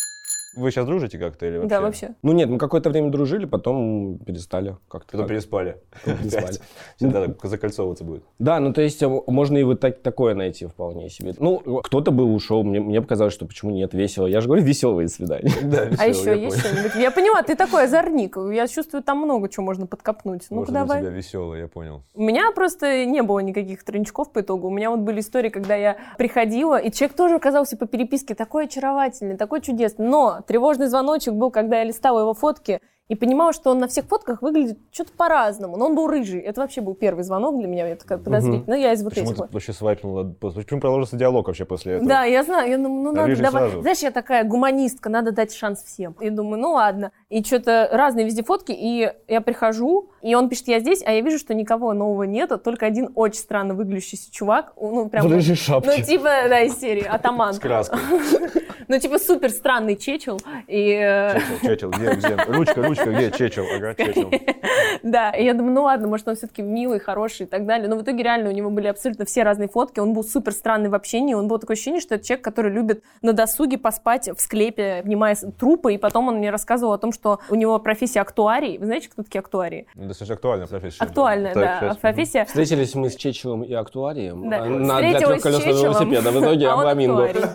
[SPEAKER 2] Вы сейчас дружите как-то или вообще?
[SPEAKER 1] Да, вообще.
[SPEAKER 3] Ну, нет, мы какое-то время дружили, потом перестали как-то.
[SPEAKER 2] Потом
[SPEAKER 3] так,
[SPEAKER 2] переспали.
[SPEAKER 3] переспали.
[SPEAKER 2] Всегда так закольцовываться будет.
[SPEAKER 3] Да, ну то есть э, можно и вот так- такое найти вполне себе. Ну, кто-то был, ушел, мне, мне показалось, что почему нет, весело. Я же говорю, веселые свидания.
[SPEAKER 1] А еще есть что-нибудь? Я поняла, ты такой озорник. Я чувствую, там много чего можно подкопнуть. Ну-ка,
[SPEAKER 2] Может,
[SPEAKER 1] давай. Ну,
[SPEAKER 2] у тебя веселый, я понял.
[SPEAKER 1] У меня просто не было никаких тройничков по итогу. У меня вот были истории, когда я приходила, и человек тоже оказался по переписке такой очаровательный, такой чудесный. Но тревожный звоночек был, когда я листала его фотки, И понимала, что он на всех фотках выглядит что-то по-разному. Но он был рыжий. Это вообще был первый звонок для меня. Я такая подозрительно. Но я из вот
[SPEAKER 2] Почему
[SPEAKER 1] этих
[SPEAKER 2] ты
[SPEAKER 1] вот.
[SPEAKER 2] вообще свайпнула? Почему продолжился диалог вообще после этого?
[SPEAKER 1] Да, я знаю, я думаю, ну
[SPEAKER 2] Да,
[SPEAKER 1] надо
[SPEAKER 2] рыжий
[SPEAKER 1] давай.
[SPEAKER 2] сразу.
[SPEAKER 1] Знаешь, я такая гуманистка, надо дать шанс всем. И думаю, ну ладно. И что-то разные везде фотки, и я прихожу, и он пишет, я здесь, а я вижу, что никого нового нету, только один очень странно выглядящийся чувак, ну прям,
[SPEAKER 3] [laughs] В
[SPEAKER 1] ну
[SPEAKER 3] рыжей шапке.
[SPEAKER 1] типа, да, из серии, атаман.
[SPEAKER 2] С краской.
[SPEAKER 1] Ну типа супер странный чечел, и... э,
[SPEAKER 2] Чечил, чечил, где, где? Ручка, ручка, где? Чечил, ага,
[SPEAKER 1] [laughs]
[SPEAKER 2] чечил.
[SPEAKER 1] Да, и я думаю, ну ладно, может, он все-таки милый, хороший и так далее. Но в итоге реально у него были абсолютно все разные фотки. Он был супер странный в общении. Он был такое ощущение, что это человек, который любит на досуге поспать в склепе, обнимая с- трупы. И потом он мне рассказывал о том, что у него профессия актуарий. Вы знаете, кто такие актуарии?
[SPEAKER 2] Ну, Достаточно актуальная профессия.
[SPEAKER 1] Актуальная,
[SPEAKER 2] Так,
[SPEAKER 1] да. а
[SPEAKER 2] щас, мгм.
[SPEAKER 1] Профессия
[SPEAKER 3] Встретились мы с Чечелом и Актуарием
[SPEAKER 1] Да.
[SPEAKER 3] а, на, для
[SPEAKER 1] Встретилась Э, с
[SPEAKER 3] трехколесного
[SPEAKER 1] Чечелом,
[SPEAKER 3] велосипеда. В итоге
[SPEAKER 1] а [laughs] он
[SPEAKER 3] Абламинго.
[SPEAKER 1] актуарий.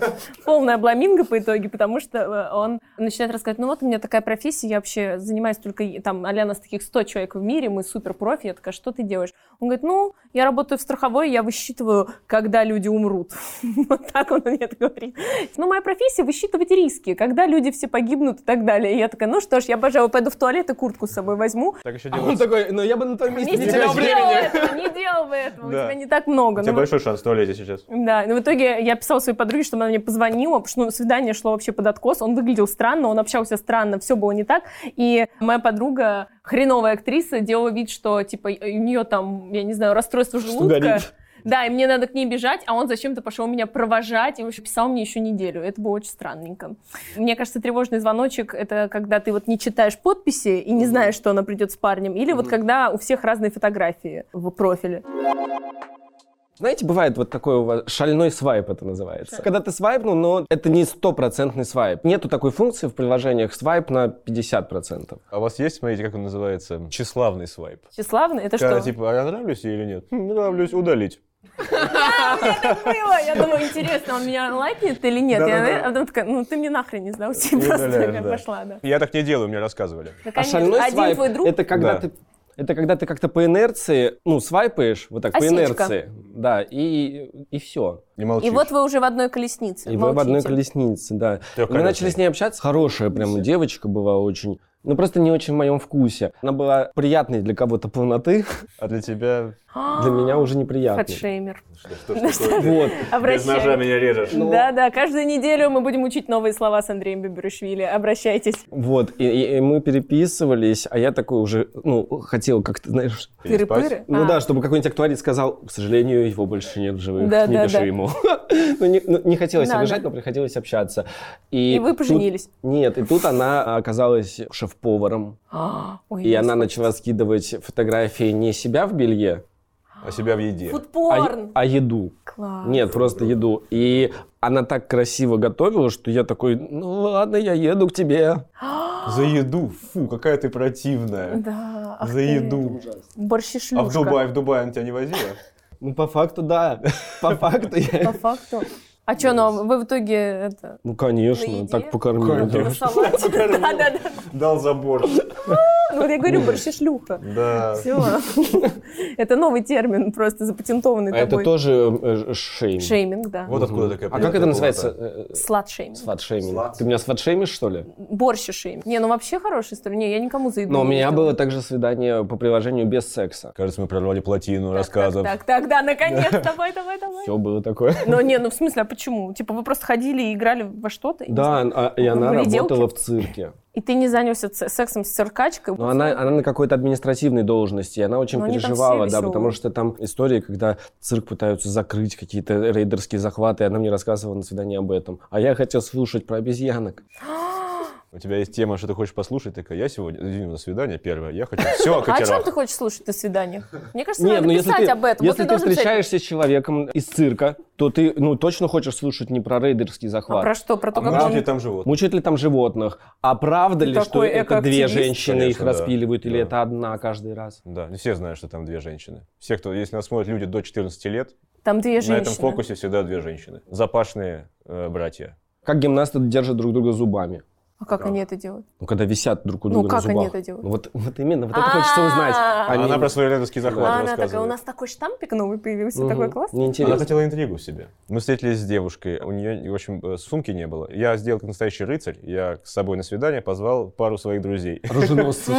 [SPEAKER 1] Полная обламинго по итоге, потому что э, он начинает рассказывать, ну вот у меня такая профессия, я вообще занимаюсь только, и- там, а нас таких 100 человек в мире, мы супер профи, я такая, что ты делаешь? Он говорит, ну, я работаю в страховой, я высчитываю, когда люди умрут. [laughs] Вот так он мне это говорит. Ну, моя профессия высчитывать риски, когда люди все погибнут и так далее. И я такая, ну что ж, я, пожалуй, пойду в туалет и куртку с собой возьму.
[SPEAKER 2] Так еще
[SPEAKER 3] А [laughs] он
[SPEAKER 2] делают.
[SPEAKER 3] такой, ну я бы на твоем
[SPEAKER 1] Не,
[SPEAKER 3] месте не
[SPEAKER 1] не
[SPEAKER 3] терял
[SPEAKER 1] делай
[SPEAKER 3] времени.
[SPEAKER 1] этого, не делай бы этого, у
[SPEAKER 2] Да.
[SPEAKER 1] тебя не так много.
[SPEAKER 2] У тебя
[SPEAKER 1] Ну,
[SPEAKER 2] большой шанс в туалете сейчас.
[SPEAKER 1] Да, но в итоге я писала своей подруге, чтобы она мне позвонила, потому что ну, свидание шло вообще под откос, он выглядел странно, он общался странно, все было не так, и моя подруга, хреновая актриса, делала вид, что, типа, у нее там, я не знаю, расстройство желудка.
[SPEAKER 3] горит.
[SPEAKER 1] Да, и мне надо к ней бежать, а он зачем-то пошел меня провожать и вообще писал мне еще неделю. Это было очень странненько. Мне кажется, тревожный звоночек — это когда ты вот не читаешь подписи и не знаешь, что она придет с парнем, или вот когда у всех разные фотографии в профиле.
[SPEAKER 3] Знаете, бывает вот такой у вас шальной свайп это называется. Когда ты свайпнул, но это не стопроцентный свайп. Нету такой функции в приложениях свайп на 50%.
[SPEAKER 2] А у вас есть, смотрите, как он называется, тщеславный свайп?
[SPEAKER 1] Тщеславный — это
[SPEAKER 2] Когда
[SPEAKER 1] что?
[SPEAKER 2] типа, а я нравлюсь ей или нет? Хм, нравлюсь, удалить.
[SPEAKER 1] было. Я думаю, интересно, он меня лайкнет или нет. Я,
[SPEAKER 2] Да-да-да.
[SPEAKER 1] а потом такая, ну ты мне нахрен не знал,
[SPEAKER 2] Не
[SPEAKER 1] тебе просто
[SPEAKER 2] удаляешь,
[SPEAKER 1] я
[SPEAKER 2] да.
[SPEAKER 1] пошла, да.
[SPEAKER 2] Я так не делаю, мне рассказывали.
[SPEAKER 1] Да,
[SPEAKER 3] А
[SPEAKER 1] конечно.
[SPEAKER 3] шальной
[SPEAKER 1] Один
[SPEAKER 3] свайп
[SPEAKER 1] твой друг,
[SPEAKER 3] это когда
[SPEAKER 2] Да.
[SPEAKER 3] ты это когда ты как-то по инерции, ну, свайпаешь, вот так,
[SPEAKER 1] Осечка.
[SPEAKER 3] по инерции, да, и, и все.
[SPEAKER 2] Не молчишь.
[SPEAKER 1] и вот вы уже в одной колеснице.
[SPEAKER 3] И вы в одной
[SPEAKER 1] молчите.
[SPEAKER 3] колеснице, да. Мы
[SPEAKER 2] Трёхколесный.
[SPEAKER 3] начали с ней общаться. Хорошая прям девочка была очень. Ну, просто не очень в моем вкусе. Она была приятной для кого-то полноты,
[SPEAKER 2] А для тебя...
[SPEAKER 1] А,
[SPEAKER 3] для меня уже неприятной.
[SPEAKER 1] Фэтшеймер.
[SPEAKER 2] Что, что, ж такое?
[SPEAKER 3] Вот.
[SPEAKER 2] Без ножа
[SPEAKER 1] Обращайтесь.
[SPEAKER 2] меня режешь.
[SPEAKER 3] Ну.
[SPEAKER 1] Да-да, каждую неделю мы будем учить новые слова с Андреем Биберишвили. Обращайтесь.
[SPEAKER 3] Вот, и, и- и мы переписывались, а я такой уже, ну, хотел как-то, знаешь...
[SPEAKER 2] И спать.
[SPEAKER 1] Тыры-пыры.
[SPEAKER 3] Ну
[SPEAKER 1] А,
[SPEAKER 3] да, чтобы какой-нибудь актуарий сказал, к сожалению, его больше нет в живых,
[SPEAKER 1] Да,
[SPEAKER 3] не
[SPEAKER 1] да,
[SPEAKER 3] пишу
[SPEAKER 1] да.
[SPEAKER 3] ему. [laughs] ну, не, ну, не хотелось
[SPEAKER 1] Надо.
[SPEAKER 3] обижать, но приходилось общаться.
[SPEAKER 1] И вы
[SPEAKER 3] тут-
[SPEAKER 1] поженились.
[SPEAKER 3] Нет, и тут она оказалась шеф-поваром,
[SPEAKER 1] А, ой,
[SPEAKER 3] и она
[SPEAKER 1] господи.
[SPEAKER 3] начала скидывать фотографии не себя в белье,
[SPEAKER 2] А себя в еде.
[SPEAKER 3] а, е-
[SPEAKER 1] Фудпорн.
[SPEAKER 3] а еду.
[SPEAKER 1] Класс.
[SPEAKER 3] Нет, просто еду. И она так красиво готовила, что я такой, ну ладно, я еду к тебе.
[SPEAKER 2] За еду. Фу, какая ты противная.
[SPEAKER 1] Да. ах
[SPEAKER 2] За
[SPEAKER 1] ты.
[SPEAKER 2] еду.
[SPEAKER 1] Борщишлюшка.
[SPEAKER 2] А в Дубай, в Дубай она тебя не возила?
[SPEAKER 3] Ну, по факту, [laughs] да. По факту
[SPEAKER 1] По
[SPEAKER 3] я...
[SPEAKER 1] факту. А что, ну вы в итоге это...
[SPEAKER 3] Ну,
[SPEAKER 1] На
[SPEAKER 3] конечно,
[SPEAKER 1] еде?
[SPEAKER 3] так покормили. да.
[SPEAKER 1] На салате. Да-да-да.
[SPEAKER 2] [laughs] Дал забор.
[SPEAKER 1] Ну, вот я говорю, борщешлюха.
[SPEAKER 2] Да. [laughs]
[SPEAKER 1] Все. Это новый термин, просто запатентованный
[SPEAKER 3] А это
[SPEAKER 1] тобой.
[SPEAKER 3] тоже э, э, шейм.
[SPEAKER 1] Шейминг, да.
[SPEAKER 2] Вот откуда такая
[SPEAKER 3] А как это
[SPEAKER 2] приятная
[SPEAKER 3] называется?
[SPEAKER 2] полнота.
[SPEAKER 3] Э, э,
[SPEAKER 1] Слад-шейминг.
[SPEAKER 3] Сладшейминг.
[SPEAKER 2] Слад.
[SPEAKER 3] Ты меня сладшеймишь, что ли?
[SPEAKER 1] Борщешейминг. Не, ну вообще хорошая история. Не, я никому за еду
[SPEAKER 3] Но у
[SPEAKER 1] не
[SPEAKER 3] меня
[SPEAKER 1] делаю.
[SPEAKER 3] было также свидание по приложению без секса.
[SPEAKER 2] Кажется, мы прорвали плотину
[SPEAKER 1] Так,
[SPEAKER 2] рассказов.
[SPEAKER 1] Так, так, так, да, наконец,
[SPEAKER 3] [laughs]
[SPEAKER 1] давай, давай, давай.
[SPEAKER 3] Все было
[SPEAKER 1] [laughs]
[SPEAKER 3] такое.
[SPEAKER 1] Ну, не, ну в смысле, а почему? Типа вы просто ходили и играли во что-то? и-
[SPEAKER 3] Да, а- и она
[SPEAKER 1] Выгляделки?
[SPEAKER 3] работала в цирке.
[SPEAKER 1] И ты не занялся ц- сексом с циркачкой?
[SPEAKER 3] Но она, она на какой-то административной должности, и она очень
[SPEAKER 1] Но они там
[SPEAKER 3] переживала,
[SPEAKER 1] все
[SPEAKER 3] да,
[SPEAKER 1] веселые.
[SPEAKER 3] потому что там истории, когда цирк пытаются закрыть какие-то рейдерские захваты, и она мне рассказывала на свидании об этом. А я хотел слушать про обезьянок.
[SPEAKER 2] У тебя есть тема, что ты хочешь послушать, такая, я сегодня, извини, на свидание первое, я хочу все о
[SPEAKER 1] А о чем
[SPEAKER 2] катерах.
[SPEAKER 1] ты хочешь слушать на свиданиях? Мне кажется,
[SPEAKER 3] Не, ну,
[SPEAKER 1] надо писать об этом. Вот
[SPEAKER 3] если ты
[SPEAKER 1] должен писать,
[SPEAKER 3] встречаешься с человеком из цирка, то ты ну, точно хочешь слушать не про рейдерский
[SPEAKER 1] А
[SPEAKER 3] захват.
[SPEAKER 1] про что? Про
[SPEAKER 2] А
[SPEAKER 1] то, как
[SPEAKER 2] может
[SPEAKER 1] он
[SPEAKER 2] ли там животные?
[SPEAKER 3] Мучают ли там животных? А правда
[SPEAKER 1] Ты
[SPEAKER 3] ли, что
[SPEAKER 1] такой
[SPEAKER 3] это две
[SPEAKER 1] экоактивист?
[SPEAKER 3] женщины их
[SPEAKER 2] Конечно, да.
[SPEAKER 3] распиливают, или
[SPEAKER 2] Да.
[SPEAKER 3] это одна каждый раз?
[SPEAKER 2] Да, не все знают, что там две женщины. Все, кто, если нас смотрят люди до 14 лет,
[SPEAKER 1] Там две
[SPEAKER 2] на этом
[SPEAKER 1] женщины.
[SPEAKER 2] фокусе всегда две женщины. Запашные э, братья.
[SPEAKER 3] Как гимнасты держат друг друга зубами.
[SPEAKER 1] А как
[SPEAKER 3] Да.
[SPEAKER 1] они это делают?
[SPEAKER 3] Ну, когда висят друг у
[SPEAKER 1] Ну,
[SPEAKER 3] друга на
[SPEAKER 1] как они
[SPEAKER 3] зубах.
[SPEAKER 1] это делают?
[SPEAKER 3] Ну, вот, вот именно, вот это хочется узнать.
[SPEAKER 1] А-а-а.
[SPEAKER 3] Они-
[SPEAKER 2] А Она про свой рядовский захват
[SPEAKER 1] А она
[SPEAKER 2] рассказывает.
[SPEAKER 1] такая, у нас такой штампик новый появился,
[SPEAKER 3] Мгм.
[SPEAKER 1] такой классный.
[SPEAKER 3] Мне
[SPEAKER 1] [laughs]
[SPEAKER 2] Она
[SPEAKER 3] интересно.
[SPEAKER 2] хотела интригу в себе. Мы встретились с девушкой, у нее, в общем, э, сумки не было. Я сделал как настоящий рыцарь, я с собой на свидание позвал пару своих друзей.
[SPEAKER 3] Оруженосцы.
[SPEAKER 2] Ну,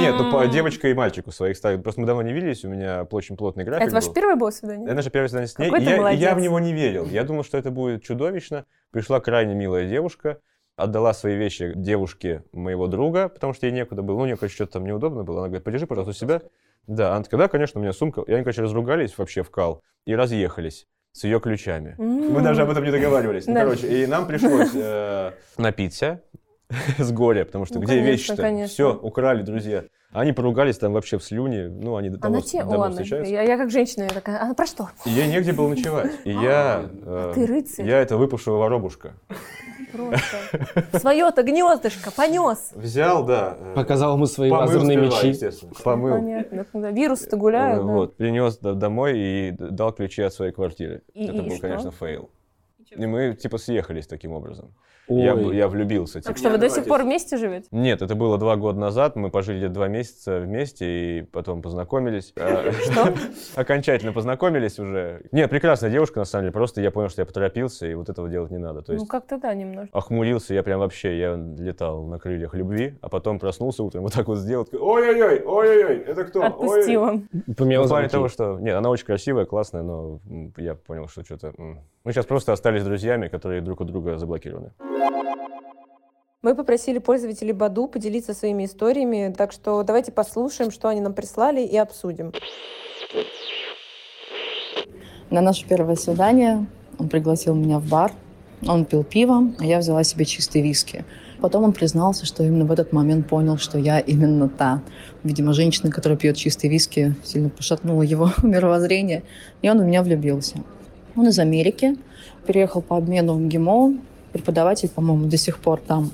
[SPEAKER 2] Нет,
[SPEAKER 1] Нет,
[SPEAKER 2] ну по- девочка и мальчику своих ставил. Просто мы давно не виделись, у меня очень плотный график
[SPEAKER 1] Это ваше
[SPEAKER 2] был.
[SPEAKER 1] первое было свидание?
[SPEAKER 2] Это наше первое свидание с ней.
[SPEAKER 1] Какой
[SPEAKER 2] и
[SPEAKER 1] ты
[SPEAKER 2] я, и я в
[SPEAKER 1] молодец.
[SPEAKER 2] него не верил. Я думал, что это будет чудовищно. Пришла крайне милая девушка, отдала свои вещи девушке моего друга, потому что ей некуда было. Ну, у нее, короче, что-то там неудобно было. Она говорит, подержи, пожалуйста, у себя. Да, она такая, да, конечно, у меня сумка. И они, короче, разругались вообще в кал и разъехались с ее ключами. Э, Мы даже об этом не договаривались. Ну,
[SPEAKER 1] Да.
[SPEAKER 2] короче, и нам пришлось э, напиться [laughs] с горя, потому что
[SPEAKER 1] Ну,
[SPEAKER 2] где
[SPEAKER 1] конечно,
[SPEAKER 2] вещи-то?
[SPEAKER 1] конечно.
[SPEAKER 2] Все, украли друзья. Они поругались там вообще в слюне. Ну, они
[SPEAKER 1] Она
[SPEAKER 2] давно,
[SPEAKER 1] А те,
[SPEAKER 2] давно
[SPEAKER 1] о, Анна,
[SPEAKER 2] встречаются.
[SPEAKER 1] я, я как женщина, я такая, она про что?
[SPEAKER 2] И Ей негде было ночевать. И я... э,
[SPEAKER 1] А, ты рыцарь.
[SPEAKER 2] Я это выпавшего воробушка.
[SPEAKER 1] [laughs] Просто. Свое-то гнездышко понес.
[SPEAKER 2] Взял, да. э,
[SPEAKER 3] Показал ему свои
[SPEAKER 2] помыл
[SPEAKER 3] лазерные
[SPEAKER 2] сперва,
[SPEAKER 3] мечи.
[SPEAKER 2] естественно. Помыл.
[SPEAKER 1] Понятно, да, вирусы-то
[SPEAKER 2] А Э,
[SPEAKER 1] гуляют. да.
[SPEAKER 2] Вот. Принес д- домой и д- дал ключи от своей квартиры.
[SPEAKER 1] И-
[SPEAKER 2] это
[SPEAKER 1] и
[SPEAKER 2] был,
[SPEAKER 1] что?
[SPEAKER 2] конечно, фейл. И мы, типа, съехались таким образом. Я, б-
[SPEAKER 3] Ой,
[SPEAKER 2] я влюбился.
[SPEAKER 1] Так
[SPEAKER 2] типа.
[SPEAKER 1] что вы до сих пор вместе живете?
[SPEAKER 2] Нет, это было два года назад. Мы пожили где-то два месяца вместе и потом познакомились. Э, [laughs] Окончательно познакомились уже. Нет, прекрасная девушка, на самом деле. Просто я понял, что я поторопился, и вот этого делать не надо. То есть
[SPEAKER 1] Ну как-то да, немножко.
[SPEAKER 2] охмурился я прям вообще, я летал на крыльях любви, а потом проснулся утром, вот так вот сделал, такой, ой-ой-ой, ой-ой-ой, это кто? Ой-ой-ой».
[SPEAKER 1] Отпустила.
[SPEAKER 2] Ну,
[SPEAKER 3] поменял
[SPEAKER 2] в плане
[SPEAKER 3] замки.
[SPEAKER 2] того, что... Нет, она очень красивая, классная, но м, я понял, что что-то... м. Мы сейчас просто остались друзьями, которые друг у друга заблокированы.
[SPEAKER 4] Мы попросили пользователей Баду поделиться своими историями, так что давайте послушаем, что они нам прислали и обсудим.
[SPEAKER 5] На наше первое свидание он пригласил меня в бар. Он пил пиво, а я взяла себе чистый виски. Потом он признался, что именно в этот момент понял, что я именно та. Видимо, женщина, которая пьет чистый виски, сильно пошатнула его [laughs] мировоззрение, и он в меня влюбился. Он из Америки, переехал по обмену в МГИМО, преподаватель, по-моему, до сих пор там.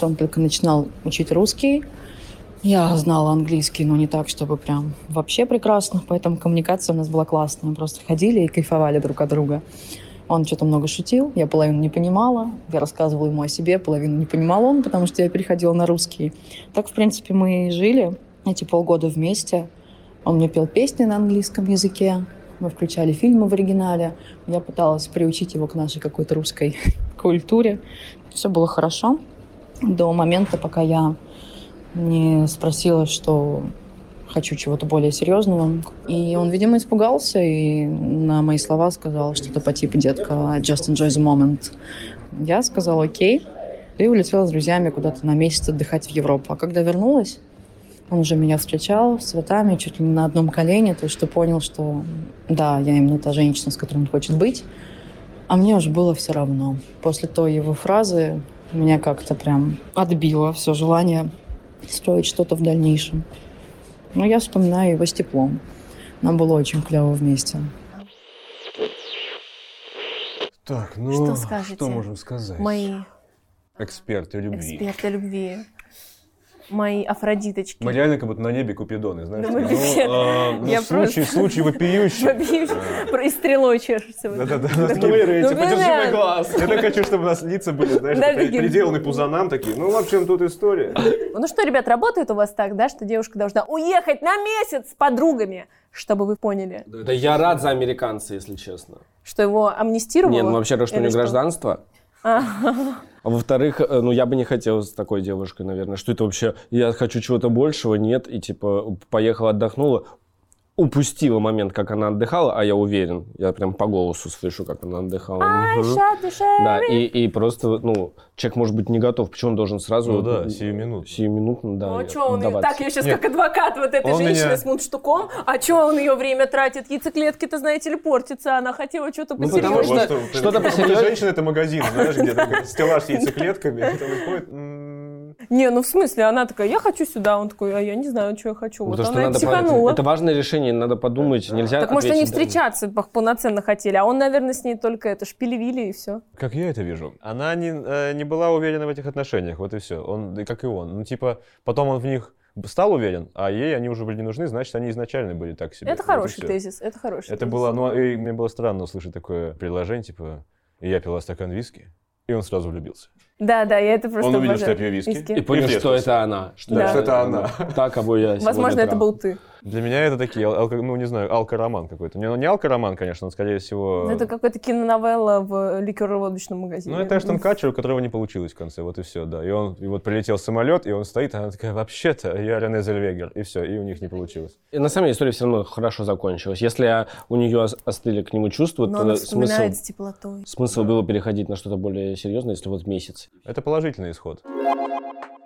[SPEAKER 5] Он только начинал учить русский. Я знала английский, но не так, чтобы прям вообще прекрасно, поэтому коммуникация у нас была классная. Мы просто ходили и кайфовали друг от друга. Он что-то много шутил, я половину не понимала. Я рассказывала ему о себе, половину не понимал он, потому что я переходила на русский. Так, в принципе, мы и жили эти полгода вместе. Он мне пел песни на английском языке, мы включали фильмы в оригинале. Я пыталась приучить его к нашей какой-то русской [laughs] культуре. Все было хорошо до момента, пока я не спросила, что хочу чего-то более серьезного. И он, видимо, испугался и на мои слова сказал что-то по типу «Детка, just enjoy the moment». Я сказала «Окей». И улетела с друзьями куда-то на месяц отдыхать в Европу. А когда вернулась, он уже меня встречал с цветами, чуть ли не на одном колене, то есть что понял, что да, я именно та женщина, с которой он хочет быть. А мне уже было все равно. После той его фразы меня как-то прям отбило все желание строить что-то в дальнейшем. Но я вспоминаю его с теплом. Нам было очень клево вместе.
[SPEAKER 2] Так, ну...
[SPEAKER 1] Что скажете?
[SPEAKER 3] сказать?
[SPEAKER 1] Мои
[SPEAKER 2] Эксперты любви.
[SPEAKER 1] эксперты любви. Мои афродиточки. [laughs]
[SPEAKER 2] Мы реально как будто на небе купидоны, знаешь?
[SPEAKER 1] Да
[SPEAKER 2] такие,
[SPEAKER 1] мы все-
[SPEAKER 2] ну, э, ну,
[SPEAKER 1] я
[SPEAKER 2] случай,
[SPEAKER 1] просто- [laughs]
[SPEAKER 2] случай вопиющий.
[SPEAKER 1] Вопиющий. Про- И стрелой чешешься. вот так.
[SPEAKER 2] Да-да-да, у нас такие, типа,
[SPEAKER 1] Ну, подержи блин. мой
[SPEAKER 2] глаз. Я так хочу, чтобы у нас лица были, знаешь,
[SPEAKER 1] Да,
[SPEAKER 2] при-
[SPEAKER 1] такие.
[SPEAKER 2] приделаны пузанам такие. Ну, в общем, тут история.
[SPEAKER 1] Ну что, ребят, работает у вас так, да, что девушка должна уехать на месяц с подругами, чтобы вы поняли,
[SPEAKER 3] Да я рад за американца, если честно.
[SPEAKER 1] что его амнистировало?
[SPEAKER 3] Не,
[SPEAKER 1] [laughs]
[SPEAKER 3] ну вообще, раз, что у
[SPEAKER 1] Или
[SPEAKER 3] него гражданство. А во-вторых, э, ну я бы не хотел с такой девушкой, наверное. Что это вообще? Я хочу чего-то большего, нет. И типа поехала, отдохнула. Упустила момент, как она отдыхала, а я уверен. Я прям по голосу слышу, как она отдыхала. Мгм.
[SPEAKER 1] Душа, душа.
[SPEAKER 3] Да, и, и просто, ну, человек может быть не готов. Почему он должен сразу...
[SPEAKER 2] Ну
[SPEAKER 3] вот,
[SPEAKER 2] да,
[SPEAKER 3] м,
[SPEAKER 2] сиюминутно.
[SPEAKER 3] Сиюминутно, да.
[SPEAKER 1] Ну, чё он её-
[SPEAKER 3] отдаваться.
[SPEAKER 1] Так, я сейчас
[SPEAKER 2] Нет.
[SPEAKER 1] как адвокат вот этой
[SPEAKER 2] Он
[SPEAKER 1] женщины
[SPEAKER 2] меня-
[SPEAKER 1] с мундштуком. А чё он ее время тратит? Яйцеклетки-то, знаете ли, портятся. Она хотела что-то
[SPEAKER 3] Ну,
[SPEAKER 1] посерьезнее.
[SPEAKER 3] потому что
[SPEAKER 2] Вот
[SPEAKER 3] что-то
[SPEAKER 2] какой-то
[SPEAKER 3] посерьёзнее.
[SPEAKER 2] женщина это магазин, знаешь, где такой стеллаж с яйцеклетками, а там выходит, м,
[SPEAKER 1] Не, ну в смысле, она такая, я хочу сюда. Он такой, а я не знаю, что я хочу.
[SPEAKER 3] Ну,
[SPEAKER 1] вот
[SPEAKER 3] то, что
[SPEAKER 1] она и
[SPEAKER 3] надо по-
[SPEAKER 1] психанула.
[SPEAKER 3] Это важное решение, надо подумать, нельзя
[SPEAKER 1] Так может они
[SPEAKER 3] ответить, да.
[SPEAKER 1] встречаться пох- полноценно хотели, а он, наверное, с ней только это шпилевили и все.
[SPEAKER 2] Как я это вижу? Она не, э, не была уверена в этих отношениях, вот и все. Он, да и как и он. Ну, типа, потом он в них стал уверен, а ей они уже были не нужны, значит, они изначально были так себе.
[SPEAKER 1] Это
[SPEAKER 2] Вот и
[SPEAKER 1] хороший
[SPEAKER 2] всё.
[SPEAKER 1] тезис, это хороший.
[SPEAKER 2] Это
[SPEAKER 1] тезис.
[SPEAKER 2] было, ну, и мне было странно услышать такое предложение, типа, «И я пила стакан виски, и он сразу влюбился.
[SPEAKER 1] Да, да, я это просто
[SPEAKER 2] Он увидел, что
[SPEAKER 1] обожаю.
[SPEAKER 2] я пью виски.
[SPEAKER 3] И понял,
[SPEAKER 2] Интересно.
[SPEAKER 3] что это она. Что
[SPEAKER 1] Да. Что
[SPEAKER 2] это она.
[SPEAKER 3] Так, або я сегодня
[SPEAKER 1] Возможно, это
[SPEAKER 3] прав.
[SPEAKER 1] был ты.
[SPEAKER 2] Для меня это такие, ал- алко- ну, не знаю, алкороман какой-то. Не, ну, не алкороман, конечно, он, скорее всего...
[SPEAKER 1] Это какая-то киноновелла в ликероводочном магазине.
[SPEAKER 2] Э. Ну, это Эштон Катчер, у которого не получилось в конце, вот и все, да. И он, и вот прилетел самолет, и он стоит, а она такая, вообще-то, я Рене Зельвегер, и все, и у них не получилось.
[SPEAKER 3] И на самом деле история все равно хорошо закончилась. Если у нее остыли к нему чувства,
[SPEAKER 2] э,
[SPEAKER 1] Но
[SPEAKER 3] то
[SPEAKER 1] она
[SPEAKER 3] смысл,
[SPEAKER 1] вспоминает с теплотой.
[SPEAKER 3] смысл было переходить на что-то более серьезное, если вот месяц.
[SPEAKER 2] Это положительный исход.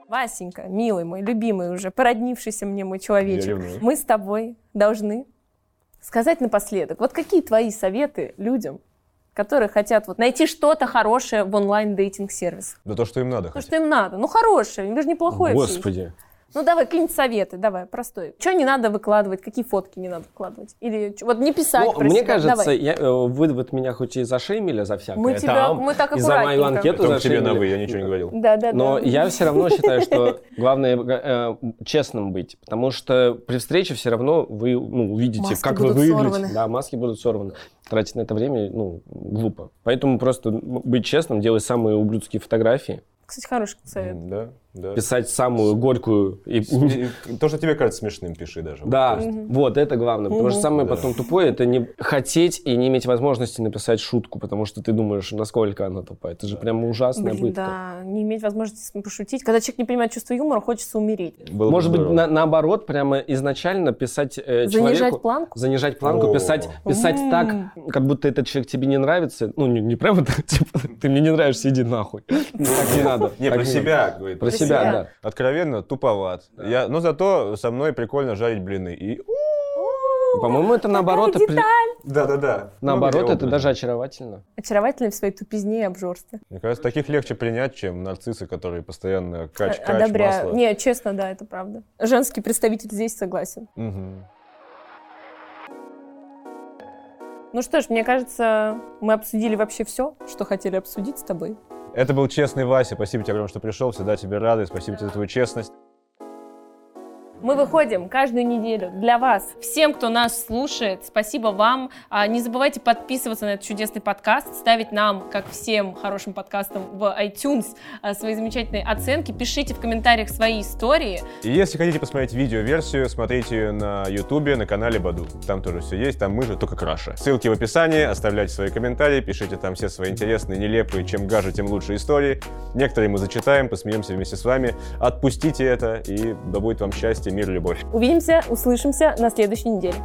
[SPEAKER 1] Васенька, милый мой, любимый уже, породнившийся мне мой человечек,
[SPEAKER 2] Я ревную.
[SPEAKER 1] мы с тобой должны сказать напоследок, вот какие твои советы людям, которые хотят вот найти что-то хорошее в онлайн-дейтинг-сервисах?
[SPEAKER 2] Да то, что им надо
[SPEAKER 1] То,
[SPEAKER 2] хотя
[SPEAKER 1] что им надо. Ну, хорошее, им же неплохое всё есть.
[SPEAKER 3] Господи.
[SPEAKER 1] Ну, давай, какие-нибудь советы, давай, простой. Что не надо выкладывать, какие фотки не надо выкладывать? Или чё- вот не писать
[SPEAKER 3] Ну,
[SPEAKER 1] про
[SPEAKER 3] мне
[SPEAKER 1] себя,
[SPEAKER 3] кажется,
[SPEAKER 1] давай.
[SPEAKER 3] я, э, вы вот меня хоть и зашеймили за всякое
[SPEAKER 1] Мы тебя-
[SPEAKER 3] там,
[SPEAKER 1] мы так
[SPEAKER 3] и за мою
[SPEAKER 1] аккуратненько.
[SPEAKER 2] бы.
[SPEAKER 3] анкету
[SPEAKER 2] Только тебе
[SPEAKER 3] зашеймили.
[SPEAKER 2] на «вы», я ничего не говорил.
[SPEAKER 1] Да, да,
[SPEAKER 3] Но
[SPEAKER 1] да.
[SPEAKER 3] я все равно считаю,
[SPEAKER 1] [laughs]
[SPEAKER 3] что главное э, э, честным быть, потому что при встрече все равно вы ну, увидите,
[SPEAKER 1] Маски
[SPEAKER 3] как вы
[SPEAKER 1] будут
[SPEAKER 3] выглядите.
[SPEAKER 1] сорваны.
[SPEAKER 3] Да, маски будут сорваны. Тратить на это время ну, глупо. Поэтому просто быть честным, делать самые ублюдские фотографии,
[SPEAKER 1] Кстати, хороший совет.
[SPEAKER 2] М, Да, да.
[SPEAKER 3] писать самую горькую и
[SPEAKER 2] Сме- То, что тебе кажется смешным, пиши даже.
[SPEAKER 3] [laughs] Да,
[SPEAKER 1] Мгм.
[SPEAKER 3] вот это главное, потому что
[SPEAKER 1] Мгм.
[SPEAKER 3] самое
[SPEAKER 2] Да.
[SPEAKER 3] потом тупое это не хотеть и не иметь возможности написать шутку, потому что ты думаешь, насколько она тупая. Это же прямо ужасная
[SPEAKER 1] Блин,
[SPEAKER 3] пытка.
[SPEAKER 1] да, не иметь возможности с- пошутить. Когда человек не понимает чувство юмора, хочется умереть.
[SPEAKER 2] Было бы
[SPEAKER 3] Может быть,
[SPEAKER 2] здорово.
[SPEAKER 3] на- наоборот, прямо изначально писать э,
[SPEAKER 1] Занижать
[SPEAKER 3] человеку-
[SPEAKER 1] планку?
[SPEAKER 3] Занижать планку,
[SPEAKER 2] О.
[SPEAKER 3] писать, писать
[SPEAKER 1] М.
[SPEAKER 3] так, как будто этот человек тебе не нравится. Ну, не, не прямо так, [laughs] типа, ты мне не нравишься, иди нахуй.
[SPEAKER 1] [laughs]
[SPEAKER 3] Ну, Так не надо.
[SPEAKER 2] Не,
[SPEAKER 3] так
[SPEAKER 2] про
[SPEAKER 3] не
[SPEAKER 2] себя,
[SPEAKER 3] надо.
[SPEAKER 2] говорит.
[SPEAKER 3] Про
[SPEAKER 1] Про
[SPEAKER 3] себя,
[SPEAKER 1] себя.
[SPEAKER 3] да.
[SPEAKER 2] Откровенно, туповат. Я, но зато со мной прикольно жарить блины. И...
[SPEAKER 3] По-моему, это наоборот,
[SPEAKER 1] деталь.
[SPEAKER 3] опре-
[SPEAKER 2] Да-да-да.
[SPEAKER 3] наоборот, это даже очаровательно.
[SPEAKER 1] Очаровательный в своей тупизне и обжорстве.
[SPEAKER 2] Мне кажется, таких легче принять, чем нарциссы, которые постоянно кач,
[SPEAKER 1] О-
[SPEAKER 2] кач,
[SPEAKER 1] Одобряю.
[SPEAKER 2] масло.
[SPEAKER 1] Э, Не, честно, да, это правда. Женский представитель здесь согласен.
[SPEAKER 2] Мгм.
[SPEAKER 1] Ну что ж, мне кажется, мы обсудили вообще все, что хотели обсудить с тобой.
[SPEAKER 2] Это был честный Вася. Спасибо тебе огромное, что пришел. Всегда тебе рады. Спасибо тебе за твою честность.
[SPEAKER 1] Мы выходим каждую неделю для вас. Всем, кто нас слушает, спасибо вам. А, Не забывайте подписываться на этот чудесный подкаст, ставить нам, как всем хорошим подкастам в iTunes, а, свои замечательные оценки. Пишите в комментариях свои истории.
[SPEAKER 2] И если хотите посмотреть видеоверсию, смотрите ее на Ютубе, на канале Баду. Там тоже все есть, там мы же только краше. Ссылки в описании, оставляйте свои комментарии, пишите там все свои интересные, нелепые, чем гаже, тем лучше истории. Некоторые мы зачитаем, посмеемся вместе с вами. Отпустите это, и да будет вам счастье, мир, любовь.
[SPEAKER 1] Увидимся, услышимся на следующей неделе.